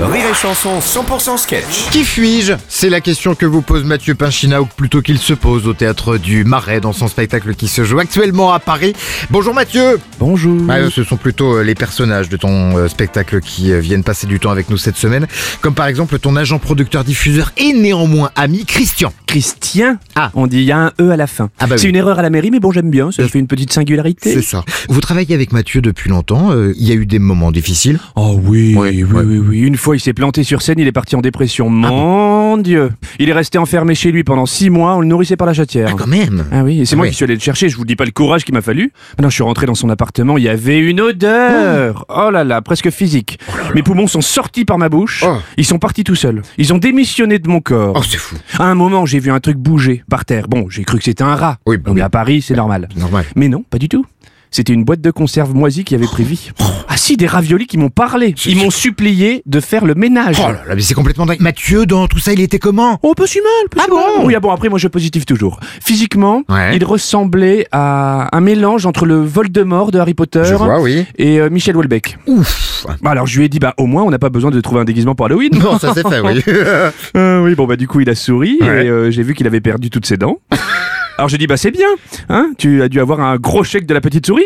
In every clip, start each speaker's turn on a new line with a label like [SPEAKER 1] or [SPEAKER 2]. [SPEAKER 1] Rire et Chanson 100% sketch.
[SPEAKER 2] Qui suis-je C'est la question que vous pose Mathieu Pinchina, ou plutôt qu'il se pose au théâtre du Marais dans son spectacle qui se joue actuellement à Paris. Bonjour Mathieu
[SPEAKER 3] Bonjour.
[SPEAKER 2] Ah, euh, Ce sont plutôt euh, les personnages de ton euh, spectacle qui euh, viennent passer du temps avec nous cette semaine, comme par exemple ton agent producteur-diffuseur et néanmoins ami Christian.
[SPEAKER 3] Christian.
[SPEAKER 2] Ah.
[SPEAKER 3] On dit il y a un E à la fin.
[SPEAKER 2] Ah bah
[SPEAKER 3] c'est
[SPEAKER 2] oui.
[SPEAKER 3] une erreur à la mairie, mais bon, j'aime bien. Ça fait une petite singularité.
[SPEAKER 2] C'est ça. Vous travaillez avec Mathieu depuis longtemps, euh, il y a eu des moments difficiles.
[SPEAKER 3] Oh oui, oui,
[SPEAKER 2] Oui, ouais. Ah
[SPEAKER 3] oui, oui, Une fois, il s'est planté sur scène, il est parti en dépression. Mon Dieu. Il est resté enfermé chez lui pendant six mois, on le nourrissait par la
[SPEAKER 2] Ah,
[SPEAKER 3] chatière.
[SPEAKER 2] quand même
[SPEAKER 3] Ah oui, et c'est moi
[SPEAKER 2] Oui.
[SPEAKER 3] qui suis allé le chercher, je vous dis pas le courage qu'il m'a fallu. Maintenant, je suis rentré dans son appartement, il y avait une odeur Oh là là, presque physique. Mes poumons sont sortis par ma bouche,
[SPEAKER 2] Oh.
[SPEAKER 3] ils sont partis tout seuls. Ils ont démissionné de mon corps.
[SPEAKER 2] Oh, c'est fou.
[SPEAKER 3] À un moment, j'ai vu un truc bouger par terre. Bon, j'ai cru que c'était un rat.
[SPEAKER 2] Oui, bah
[SPEAKER 3] On
[SPEAKER 2] oui.
[SPEAKER 3] est à Paris, c'est normal.
[SPEAKER 2] C'est normal.
[SPEAKER 3] Mais non, pas du tout. C'était une boîte de conserve moisie qui avait pris vie.
[SPEAKER 2] Oh.
[SPEAKER 3] Ah si, des raviolis qui m'ont parlé. Ils m'ont supplié de faire le ménage.
[SPEAKER 2] Oh là là, mais c'est complètement dingue. Mathieu, dans tout ça, il était comment
[SPEAKER 3] Oh, pas si mal, pas
[SPEAKER 2] Ah
[SPEAKER 3] si
[SPEAKER 2] bon
[SPEAKER 3] mal. Oui, ah bon, après, moi, je positive toujours. Physiquement,
[SPEAKER 2] Ouais.
[SPEAKER 3] il ressemblait à un mélange entre le Voldemort de Harry Potter
[SPEAKER 2] oui.
[SPEAKER 3] et euh, Michel Houellebecq.
[SPEAKER 2] Ouf
[SPEAKER 3] Bah, Alors, je lui ai dit, bah, au moins, on n'a pas besoin de trouver un déguisement pour Halloween.
[SPEAKER 2] Non, ça c'est fait, oui.
[SPEAKER 3] Euh, oui, bon, bah, du coup, il a souri
[SPEAKER 2] Ouais.
[SPEAKER 3] et euh, j'ai vu qu'il avait perdu toutes ses dents. Alors, j'ai dit, bah, c'est bien, hein, tu as dû avoir un gros chèque de la petite souris.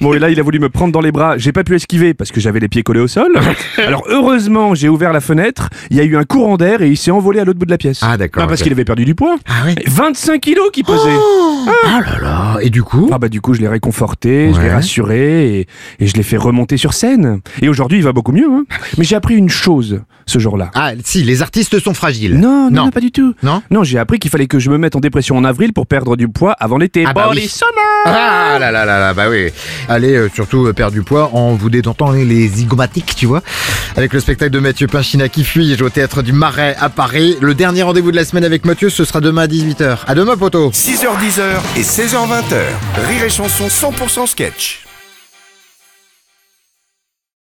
[SPEAKER 3] Bon, et là, il a voulu me prendre dans les bras. J'ai pas pu esquiver parce que j'avais les pieds collés au sol. Alors, heureusement, j'ai ouvert la fenêtre. Il y a eu un courant d'air et il s'est envolé à l'autre bout de la pièce.
[SPEAKER 2] Ah, d'accord,
[SPEAKER 3] Ah, parce
[SPEAKER 2] ok.
[SPEAKER 3] qu'il avait perdu du poids.
[SPEAKER 2] ah oui.
[SPEAKER 3] 25 kilos qui pesait.
[SPEAKER 2] Ah là là, et du coup
[SPEAKER 3] Ah bah du coup je l'ai réconforté, je l'ai
[SPEAKER 2] Ouais.
[SPEAKER 3] rassuré et, et je l'ai fait remonter sur scène. Et aujourd'hui il va beaucoup mieux. hein. Mais j'ai appris une chose ce jour-là.
[SPEAKER 2] Ah si, les artistes sont fragiles.
[SPEAKER 3] Non, non,
[SPEAKER 2] Non.
[SPEAKER 3] non, pas du tout.
[SPEAKER 2] Non
[SPEAKER 3] Non, j'ai appris qu'il fallait que je me mette en dépression en avril pour perdre du poids avant l'été.
[SPEAKER 2] Ah bah
[SPEAKER 3] Body
[SPEAKER 2] oui.
[SPEAKER 3] summer
[SPEAKER 2] Ah là là là là, bah oui. Allez, euh, surtout euh, perdre du poids en vous détentant les, les zygomatiques, tu vois. Avec le spectacle de Mathieu Pinchina qui fuit au théâtre du Marais à Paris. Le dernier rendez-vous de la semaine avec Mathieu, ce sera demain à 18h. À demain, poteau
[SPEAKER 1] 6h10 et 16h20. Rire et Chanson 100% sketch.